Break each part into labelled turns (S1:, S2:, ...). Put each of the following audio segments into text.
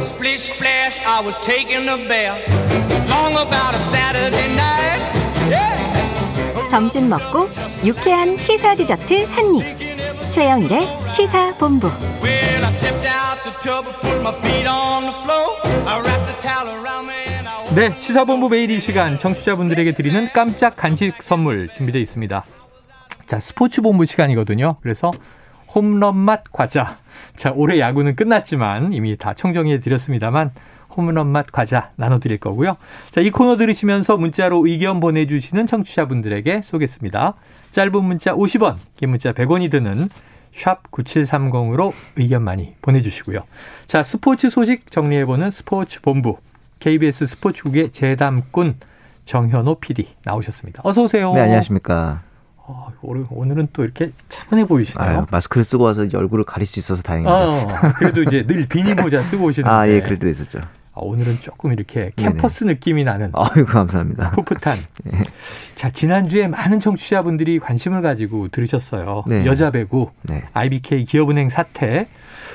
S1: Splish splash, I was taking a bath. Long about a Saturday night. Yeah.
S2: 점심 먹고 유쾌한 시사 디저트 한 입. 최영일의 시사본부.
S1: Well, I stepped out the tub and put my feet on the floor. I wrapped the towel around me and I.
S3: 네, 시사본부 매일 이 시간 청취자분들에게 드리는 깜짝 간식 선물 준비되어 있습니다. 자, 스포츠본부 시간이거든요. 그래서 홈런 맛 과자. 자, 올해 야구는 끝났지만 이미 다 청정해 드렸습니다만 홈런 맛 과자 나눠드릴 거고요. 자, 이 코너 들으시면서 문자로 의견 보내주시는 청취자분들에게 쏘겠습니다. 짧은 문자 50원, 긴 문자 100원이 드는 샵 9730으로 의견 많이 보내주시고요. 자, 스포츠 소식 정리해보는 스포츠 본부. KBS 스포츠국의 재담꾼 정현호 PD 나오셨습니다. 어서 오세요.
S4: 네, 안녕하십니까.
S3: 어, 오늘- 오늘은 또 이렇게 차분해 보이시네요.
S4: 아유, 마스크를 쓰고 와서 이제 얼굴을 가릴 수 있어서 다행입니다.
S3: 어, 그래도 이제 늘 비니 모자 쓰고 오시는데
S4: 아, 예, 그럴 때도 있었죠.
S3: 아, 오늘은 조금 이렇게 캠퍼스 느낌이 나는
S4: 아이고, 감사합니다.
S3: 풋풋한.
S4: 예.
S3: 자 지난주에 많은 청취자분들이 관심을 가지고 들으셨어요.
S4: 네.
S3: 여자 배구
S4: 네.
S3: IBK 기업은행 사태.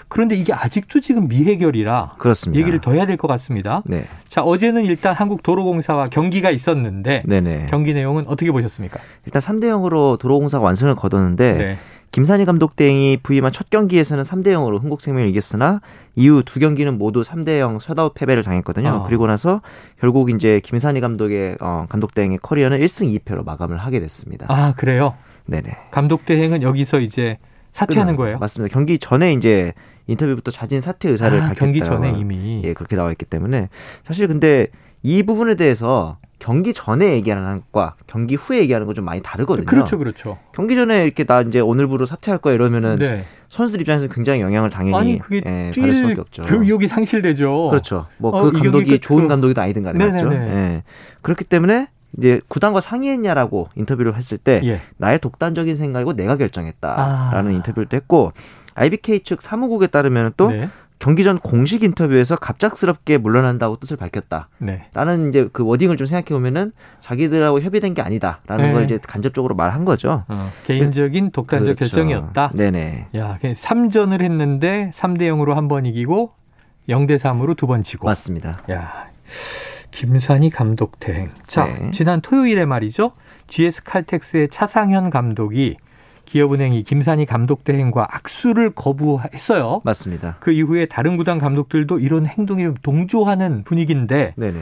S3: 그런데 이게 아직도 지금 미해결이라
S4: 그렇습니다.
S3: 얘기를 더 해야 될 것 같습니다.
S4: 네.
S3: 자 어제는 일단 한국도로공사와 경기가 있었는데
S4: 네네.
S3: 경기 내용은 어떻게 보셨습니까?
S4: 일단 3대 0으로 도로공사가 완승을 거뒀는데
S3: 네.
S4: 김산희 감독 대행이 부임한 첫 경기에서는 3대 0으로 흥국생명을 이겼으나 이후 두 경기는 모두 3대 0 셧아웃 패배를 당했거든요.
S3: 아.
S4: 그리고 나서 결국 이제 김산희 감독의 어, 감독 대행의 커리어는 1승 2패로 마감을 하게 됐습니다.
S3: 아 그래요.
S4: 네네.
S3: 감독 대행은 여기서 이제 사퇴하는
S4: 끝나-
S3: 거예요.
S4: 맞습니다. 경기 전에 이제 인터뷰부터 자진 사퇴 의사를
S3: 아,
S4: 밝혔다.
S3: 경기 전에 이미
S4: 예, 그렇게 나와 있기 때문에 사실 근데 이 부분에 대해서 경기 전에 얘기하는 것과 경기 후에 얘기하는 건 좀 많이 다르거든요.
S3: 그렇죠, 그렇죠.
S4: 경기 전에 이렇게 나 이제 오늘부로 사퇴할 거야 이러면은
S3: 네.
S4: 선수들 입장에서는 굉장히 영향을 당연히
S3: 아니 그게
S4: 예, 받을
S3: 뛸
S4: 수밖에 없죠.
S3: 교육이 상실되죠.
S4: 그렇죠. 뭐
S3: 어,
S4: 그
S3: 이 경기
S4: 감독이
S3: 끝으로.
S4: 좋은 감독이든 아니든 간에 맞죠.
S3: 네네네.
S4: 예. 그렇기 때문에 이제 구단과 상의했냐라고 인터뷰를 했을 때
S3: 예.
S4: 나의 독단적인 생각이고 내가 결정했다라는
S3: 아.
S4: 인터뷰를 또 했고 IBK 측 사무국에 따르면 또
S3: 네.
S4: 경기 전 공식 인터뷰에서 갑작스럽게 물러난다고 뜻을 밝혔다.
S3: 네.
S4: 라는 이제 그 워딩을 좀 생각해 보면은 자기들하고 협의된 게 아니다라는
S3: 네.
S4: 걸 이제 간접적으로 말한 거죠.
S3: 어, 개인적인 독단적
S4: 그렇죠.
S3: 결정이었다.
S4: 네네.
S3: 야, 3전을 했는데 3대 0으로 한 번 이기고 0대 3으로 두 번 지고.
S4: 맞습니다.
S3: 야. 김산희 감독 대행. 자,
S4: 네.
S3: 지난 토요일에 말이죠. GS 칼텍스의 차상현 감독이 기업은행이 김산희 감독 대행과 악수를 거부했어요.
S4: 맞습니다.
S3: 그 이후에 다른 구단 감독들도 이런 행동에 좀 동조하는 분위기인데
S4: 네네.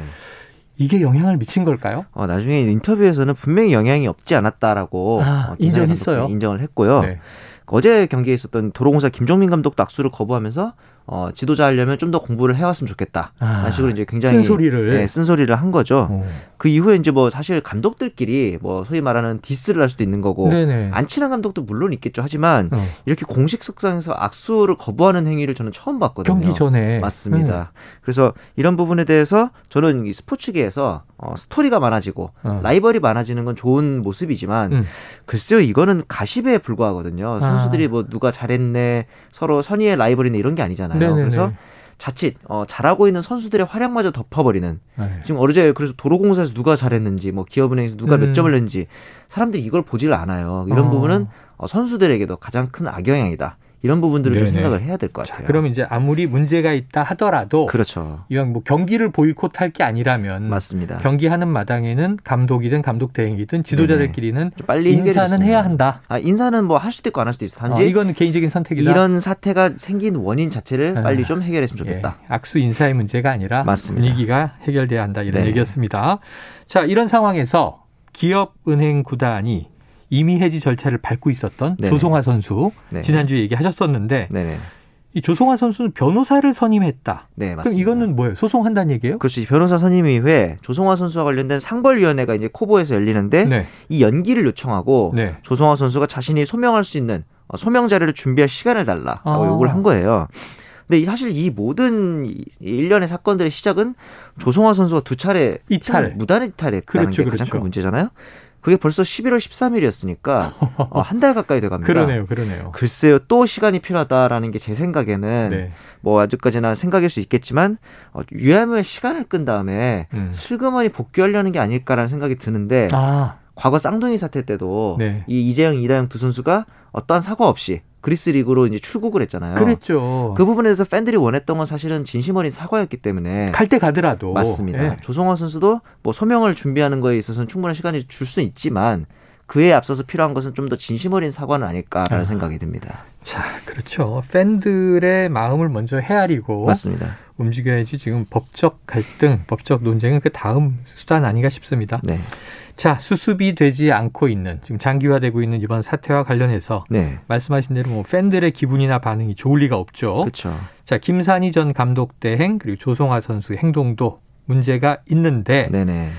S3: 이게 영향을 미친 걸까요?
S4: 어, 나중에 인터뷰에서는 분명히 영향이 없지 않았다라고
S3: 아,
S4: 어, 김상현
S3: 인정했어요.
S4: 감독도 인정을 했고요. 그
S3: 네.
S4: 어제 경기에 있었던 도로공사 김종민 감독도 악수를 거부하면서 어, 지도자 하려면 좀 더 공부를 해왔으면 좋겠다.
S3: 아,
S4: 라는 식으로 이제 굉장히
S3: 쓴소리를.
S4: 예, 쓴소리를 한 거죠.
S3: 어.
S4: 그 이후에 이제 뭐 사실 감독들끼리 뭐 소위 말하는 디스를 할 수도 있는 거고
S3: 네네.
S4: 뭐 안 친한 감독도 물론 있겠죠. 하지만
S3: 어.
S4: 이렇게 공식 석상에서 악수를 거부하는 행위를 저는 처음 봤거든요.
S3: 경기 전에 음. 네.
S4: 맞습니다. 그래서 이런 부분에 대해서 저는 이 스포츠계에서 어, 스토리가 많아지고
S3: 어.
S4: 라이벌이 많아지는 건 좋은 모습이지만
S3: 음. 아.
S4: 글쎄요 이거는 가십에 불과하거든요. 선수들이 뭐 누가 잘했네 서로 선의의 라이벌이네 이런 게 아니잖아요.
S3: 네네네.
S4: 그래서 자칫 어, 잘하고 있는 선수들의 활약마저 덮어버리는
S3: 네.
S4: 지금 어제 그래서 도로공사에서 누가 잘했는지 뭐 기업은행에서 누가
S3: 음.
S4: 몇 점을 냈는지 사람들이 이걸 보질 않아요. 이런
S3: 어.
S4: 부분은 어, 선수들에게도 가장 큰 악영향이다. 이런 부분들을 좀
S3: 네네.
S4: 생각을 해야 될 것
S3: 자,
S4: 같아요.
S3: 그럼 이제 아무리 문제가 있다 하더라도
S4: 그렇죠.
S3: 이왕 뭐 경기를 보이콧할 게 아니라면
S4: 맞습니다.
S3: 음, 경기하는 마당에는 감독이든 감독 대행이든 지도자들끼리는
S4: 좀 네. 빨리
S3: 인사는
S4: 해결했으면.
S3: 해야 한다.
S4: 아, 인사는 뭐 할 수도 있고 안 할 수도 있어.
S3: 어,
S4: 단지
S3: 이건 개인적인 선택이다.
S4: 이런 사태가 생긴 원인 자체를
S3: 아.
S4: 빨리 좀 해결했으면
S3: 예,
S4: 좋겠다.
S3: 악수 인사의 문제가 아니라
S4: 맞습니다.
S3: 분위기가 해결돼야 한다 이런
S4: 네.
S3: 얘기였습니다. 자 이런 상황에서 기업은행 구단이 이미 해지 절차를 밟고 있었던
S4: 네네.
S3: 조성화 선수
S4: 네.
S3: 지난주에 얘기하셨었는데
S4: 네네.
S3: 이 조성화 선수는 변호사를 선임했다.
S4: 네,
S3: 그럼
S4: 맞습니다.
S3: 이거는 뭐예요? 소송한다는 얘기예요?
S4: 그렇죠. 이 변호사 선임위회 조성화 선수와 관련된 상벌위원회가 이제 코보에서 열리는데
S3: 네.
S4: 이 연기를 요청하고
S3: 네.
S4: 조성화 선수가 자신이 소명할 수 있는 어, 소명 자료를 준비할 시간을 달라라고
S3: 아.
S4: 요구를 한 거예요. 근데 이- 사실 이 모든 이- 이 일련의 사건들의 시작은 조성화 선수가 두 차례
S3: 이탈.
S4: 팀을 무단 이탈했다는
S3: 그렇죠,
S4: 게 가장
S3: 그렇죠.
S4: 큰 문제잖아요. 그게 벌써 11월 13일이었으니까 어, 한 달 가까이 돼갑니다.
S3: 그러네요, 그러네요.
S4: 글쎄요, 또 시간이 필요하다라는 게 제 생각에는
S3: 네.
S4: 뭐 아직까지나 생각일 수 있겠지만 어, 유야무의 시간을 끈 다음에
S3: 음.
S4: 슬그머니 복귀하려는 게 아닐까라는 생각이 드는데
S3: 아,
S4: 과거 쌍둥이 사태 때도
S3: 네.
S4: 이 이재영, 이다영 두 선수가 어떠한 사과 없이 그리스 리그로 이제 출국을 했잖아요.
S3: 그렇죠. 그랬죠.
S4: 어. 그 부분에서 팬들이 원했던 건 사실은 진심 어린 사과였기 때문에
S3: 갈 때 가더라도
S4: 맞습니다.
S3: 예.
S4: 조성호 선수도 뭐 소명을 준비하는 거에 있어서는 충분한 시간이 줄 수 있지만 그에 앞서서 필요한 것은 좀 더 진심 어린 사과는 아닐까라는
S3: 아.
S4: 생각이 듭니다.
S3: 자, 그렇죠. 팬들의 마음을 먼저 헤아리고
S4: 맞습니다.
S3: 움직여야지 지금 법적 갈등, 법적 논쟁은 그 다음 수단 아닌가 싶습니다.
S4: 네.
S3: 자, 수습이 되지 않고 있는 지금 장기화되고 있는 이번 사태와 관련해서
S4: 네.
S3: 말씀하신 대로 뭐 팬들의 기분이나 반응이 좋을 리가 없죠.
S4: 그렇죠.
S3: 자, 김산희 전 감독 대행 그리고 조성아 선수 행동도 문제가 있는데
S4: 네네.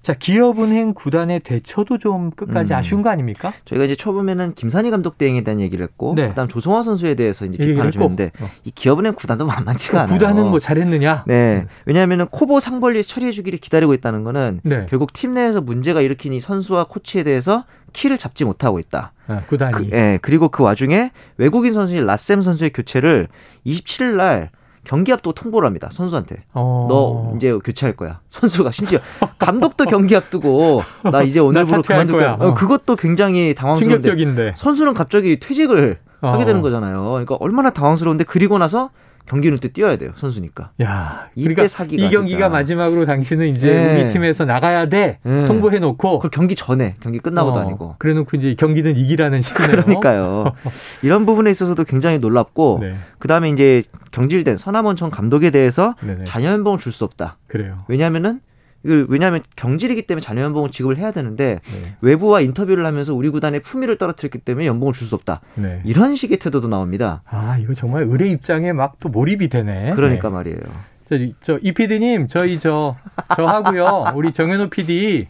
S3: 자, 기업은행 구단의 대처도 좀 끝까지
S4: 음.
S3: 아쉬운 거 아닙니까?
S4: 저희가 이제 처음에는 김산희 감독 대행에 대한 얘기를 했고
S3: 네.
S4: 그다음 조성화 선수에 대해서 이제
S3: 얘기를
S4: 비판을
S3: 했고.
S4: 했는데
S3: 어.
S4: 이 기업은행 구단도 만만치가 않아요.
S3: 구단은 뭐 잘했느냐?
S4: 네. 왜냐하면 코보 상벌리 처리해 주기를 기다리고 있다는 거는
S3: 네.
S4: 결국 팀 내에서 문제가 일으킨 이 선수와 코치에 대해서 키를 잡지 못하고 있다.
S3: 아, 구단이
S4: 그, 예, 그리고 그 와중에 외국인 선수인 라셈 선수의 교체를 27일 날 경기 앞두고 통보를 합니다. 선수한테.
S3: 어.
S4: 너 이제 교체할 거야. 선수가 심지어 감독도 경기 앞두고 나 이제 오늘부로
S3: 사퇴할
S4: 그만둘 거야.
S3: 거야. 어.
S4: 어, 그것도 굉장히 당황스러운데
S3: 충격적인데.
S4: 선수는 갑자기 퇴직을
S3: 어.
S4: 하게 되는 거잖아요. 그러니까 얼마나 당황스러운데 그리고 나서 경기는 또 뛰어야 돼요. 선수니까.
S3: 야,
S4: 이때
S3: 그러니까
S4: 사기가
S3: 이 경기가
S4: 진짜.
S3: 마지막으로 당신은 이제
S4: 네.
S3: 우리 팀에서 나가야 돼
S4: 네.
S3: 통보해 놓고
S4: 그 경기 전에 경기 끝나고도
S3: 어,
S4: 아니고.
S3: 그래놓고 이제 경기는 이기라는 식이네요.
S4: 그러니까요. 이런 부분에 있어서도 굉장히 놀랍고
S3: 네,
S4: 그다음에 이제 경질된 서남원 전 감독에 대해서
S3: 네네.
S4: 자녀 연봉을 줄 수 없다.
S3: 그래요.
S4: 왜냐면은 이거 왜냐면 경질이기 때문에 자녀 연봉을 지급을 해야 되는데
S3: 네,
S4: 외부와 인터뷰를 하면서 우리 구단의 품위를 떨어뜨렸기 때문에 연봉을 줄 수 없다.
S3: 네.
S4: 이런 식의 태도도 나옵니다.
S3: 아, 이거 정말 의뢰 입장에 막 또 몰입이 되네.
S4: 그러니까
S3: 네.
S4: 말이에요.
S3: 저, 저, 이 PD님, 저희 저, 저하고요, 우리 정현호 PD,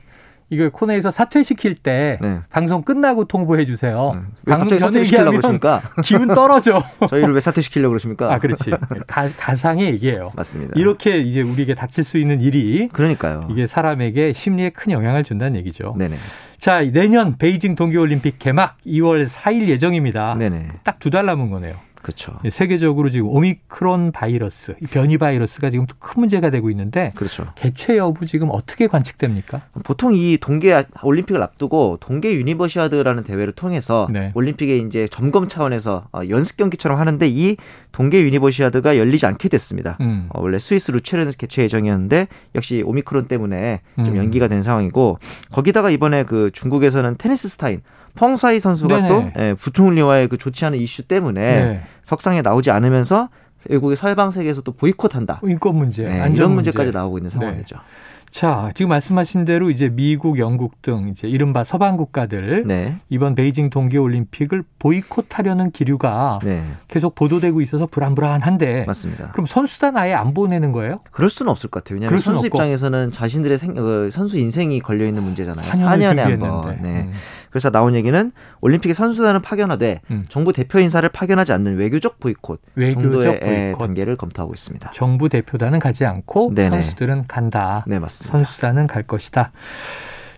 S3: 이거 코너에서 사퇴시킬 때,
S4: 네.
S3: 방송 끝나고 통보해 주세요.
S4: 네. 왜
S3: 방송 전에
S4: 갑자기 사퇴시키려고
S3: 얘기하면
S4: 그러십니까?
S3: 기운 떨어져.
S4: 저희를 왜 사퇴시키려고 그러십니까?
S3: 아, 그렇지. 가, 가상의 얘기예요.
S4: 그렇죠. 맞습니다.
S3: 이렇게 이제 우리에게 닥칠 수 있는 일이
S4: 그러니까요.
S3: 이게 사람에게 심리에 큰 영향을 준다는 얘기죠.
S4: 그렇죠. 네네.
S3: 자, 내년 베이징 동계올림픽 개막 2월 4일 예정입니다.
S4: 네네.
S3: 딱 두 달 남은 거네요.
S4: 그렇죠.
S3: 아. 예, 세계적으로 지금 오미크론 바이러스, 이 변이 바이러스가 지금 또 큰 문제가 되고 있는데
S4: 그렇죠.
S3: 개최 여부 지금 어떻게 관측됩니까?
S4: 보통 이 동계 올림픽을 앞두고 동계 유니버시아드라는 대회를 통해서
S3: 네.
S4: 올림픽의 이제 점검 차원에서 어, 연습 경기처럼 하는데 이 동계 유니버시아드가 열리지 않게 됐습니다.
S3: 음.
S4: 어, 원래 스위스 루체른에서 개최 예정이었는데 역시 오미크론 때문에 좀
S3: 음.
S4: 연기가 된 상황이고 거기다가 이번에 그 중국에서는 테니스 스타인 펑사이 선수가
S3: 네네.
S4: 또 예, 부총리와의 그 좋지 않은 이슈 때문에
S3: 네.
S4: 석상에 나오지 않으면서 외국의 서방 세계에서 또 보이콧한다.
S3: 인권 문제,
S4: 네,
S3: 예, 안전
S4: 이런
S3: 문제.
S4: 문제까지 나오고 있는
S3: 네.
S4: 상황이죠.
S3: 자, 지금 말씀하신 대로 이제 미국, 영국 등 이제 이른바 서방 국가들
S4: 네.
S3: 이번 베이징 동계올림픽을 보이콧하려는 기류가
S4: 네.
S3: 계속 보도되고 있어서 불안불안한데
S4: 맞습니다.
S3: 그럼 선수단 아예 안 보내는 거예요?
S4: 그럴 수는 없을 것 같아요. 왜냐하면
S3: 그럴 수는
S4: 선수
S3: 없고.
S4: 입장에서는 자신들의 생, 어, 선수 인생이 걸려 있는 문제잖아요.
S3: 4년을
S4: 4년에 네, 한
S3: 준비했는데.
S4: 번. 네.
S3: 음.
S4: 그래서 나온 얘기는 올림픽에 선수단을 파견하되
S3: 음.
S4: 정부 대표 인사를 파견하지 않는 외교적 보이콧 정도의
S3: 외교적
S4: 예,
S3: 보이콧.
S4: 단계를 검토하고 있습니다.
S3: 정부 대표단은 가지 않고
S4: 네네.
S3: 선수들은 간다.
S4: 네 맞습니다.
S3: 선수단은 갈 것이다.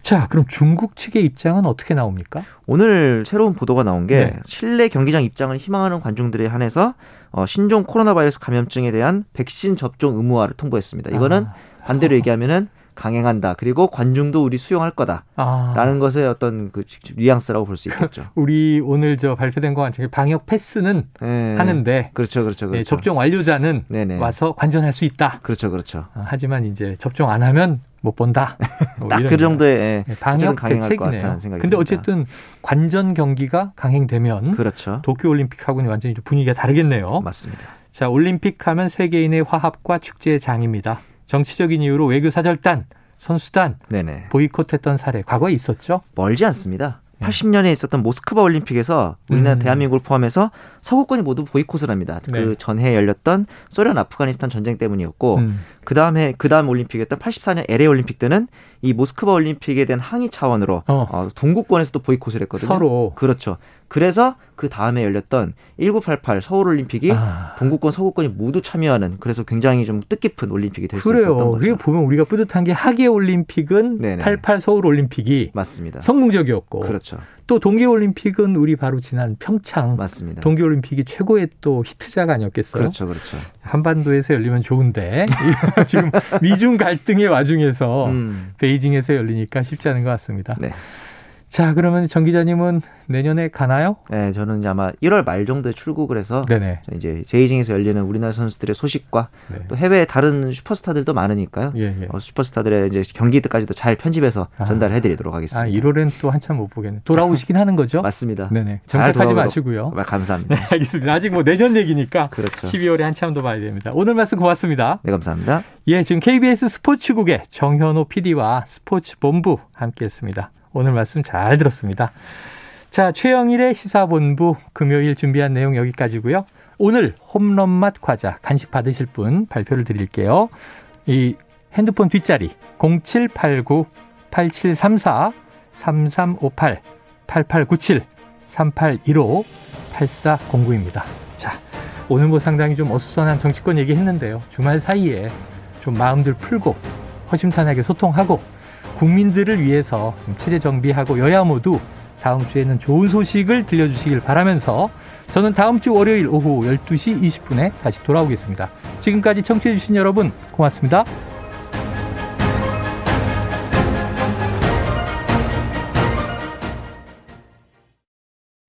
S3: 자, 그럼 중국 측의 입장은 어떻게 나옵니까?
S4: 오늘 새로운 보도가 나온 게
S3: 네.
S4: 실내 경기장 입장을 희망하는 관중들에 한해서 어, 신종 코로나 바이러스 감염증에 대한 백신 접종 의무화를 통보했습니다. 이거는
S3: 아.
S4: 반대로 얘기하면은 강행한다. 그리고 관중도 우리 수용할 거다.
S3: 아,
S4: 라는 것의 어떤 그 뉘앙스라고 볼 수 있겠죠.
S3: 우리 오늘 저 발표된 거 같은 게 방역 패스는
S4: 예.
S3: 하는데
S4: 그렇죠, 그렇죠, 그렇죠.
S3: 예, 접종 완료자는
S4: 네네.
S3: 와서 관전할 수 있다.
S4: 그렇죠, 그렇죠.
S3: 아, 하지만 이제 접종 안 하면 못 본다. 뭐
S4: 딱
S3: 이런
S4: 그 정도의 예,
S3: 예,
S4: 어쨌든
S3: 방역
S4: 강행할 것
S3: 대책이네요.
S4: 같다는 생각이
S3: 근데
S4: 듭니다.
S3: 어쨌든 관전 경기가 강행되면
S4: 그렇죠.
S3: 도쿄올림픽하고는 완전히 좀 분위기가 다르겠네요.
S4: 맞습니다.
S3: 자, 올림픽 하면 세계인의 화합과 축제의 장입니다. 정치적인 이유로 외교 사절단, 선수단
S4: 네네.
S3: 보이콧했던 사례 과거에 있었죠.
S4: 멀지 않습니다. 80년에 있었던 모스크바 올림픽에서 우리나라
S3: 예. 음.
S4: 대한민국을 포함해서 서구권이 모두 보이콧을 합니다.
S3: 네.
S4: 그 전해 열렸던 소련 아프가니스탄 전쟁 때문이었고
S3: 음.
S4: 그 다음에 그 다음 올림픽이었던 84년 LA 올림픽 때는 이 모스크바 올림픽에 대한 항의 차원으로
S3: 어.
S4: 어, 동구권에서도 보이콧을 했거든요.
S3: 서로
S4: 그렇죠. 그래서 그 다음에 열렸던 1988 서울 올림픽이
S3: 아,
S4: 동구권 서구권이 모두 참여하는 그래서 굉장히 좀 뜻깊은 올림픽이 될 수 있었던
S3: 그래요.
S4: 거죠.
S3: 그게 보면 우리가 뿌듯한 게 하계 올림픽은
S4: 네네.
S3: 88 서울 올림픽이
S4: 맞습니다.
S3: 성공적이었고
S4: 그렇죠.
S3: 또 동계 올림픽은 우리 바로 지난 평창
S4: 맞습니다.
S3: 동계 올림픽이 최고의 또 히트작 아니었겠어요.
S4: 그렇죠. 그렇죠.
S3: 한반도에서 열리면 좋은데 지금 미중 갈등의 와중에서
S4: 음.
S3: 베이징에서 열리니까 쉽지 않은 것 같습니다.
S4: 네.
S3: 자, 그러면 정 기자님은 내년에 가나요?
S4: 네, 저는 이제 아마 1월 말 정도에 출국을 해서
S3: 네네. 아,
S4: 저 이제 제이징에서 열리는 우리나라 선수들의 소식과
S3: 네.
S4: 또 해외 다른 슈퍼스타들도 많으니까요.
S3: 예, 예.
S4: 어, 슈퍼스타들의 이제 경기들까지도 잘 편집해서
S3: 아.
S4: 전달해드리도록
S3: 아,
S4: 하겠습니다.
S3: 1월엔 또 한참 못 보겠네. 돌아오시긴 하는 거죠?
S4: 맞습니다.
S3: 네네.
S4: 잘
S3: 정착하지
S4: 돌아오도록-
S3: 마시고요.
S4: 정말 감사합니다.
S3: 네, 알겠습니다. 아직 뭐 내년 얘기니까.
S4: 그렇죠.
S3: 12월에 한참 더 봐야 됩니다. 오늘 말씀 고맙습니다.
S4: 네, 감사합니다.
S3: 예, 지금 KBS 스포츠국의 정현호 PD와 스포츠 본부 함께 했습니다. 오늘 말씀 잘 들었습니다. 자, 최영일의 시사본부 금요일 준비한 내용 여기까지고요. 오늘 홈런맛 과자 간식 받으실 분 발표를 드릴게요. 이 핸드폰 뒷자리 0789 8734 3358 8897 3815 8409입니다. 자, 오늘 뭐 상당히 좀 어수선한 정치권 얘기했는데요. 주말 사이에 좀 마음들 풀고 허심탄회하게 소통하고 국민들을 위해서 좀 체제 정비하고 여야 모두 다음 주에는 좋은 소식을 들려주시길 바라면서 저는 다음 주 월요일 오후 12시 20분에 다시 돌아오겠습니다. 지금까지 청취해주신 여러분 고맙습니다.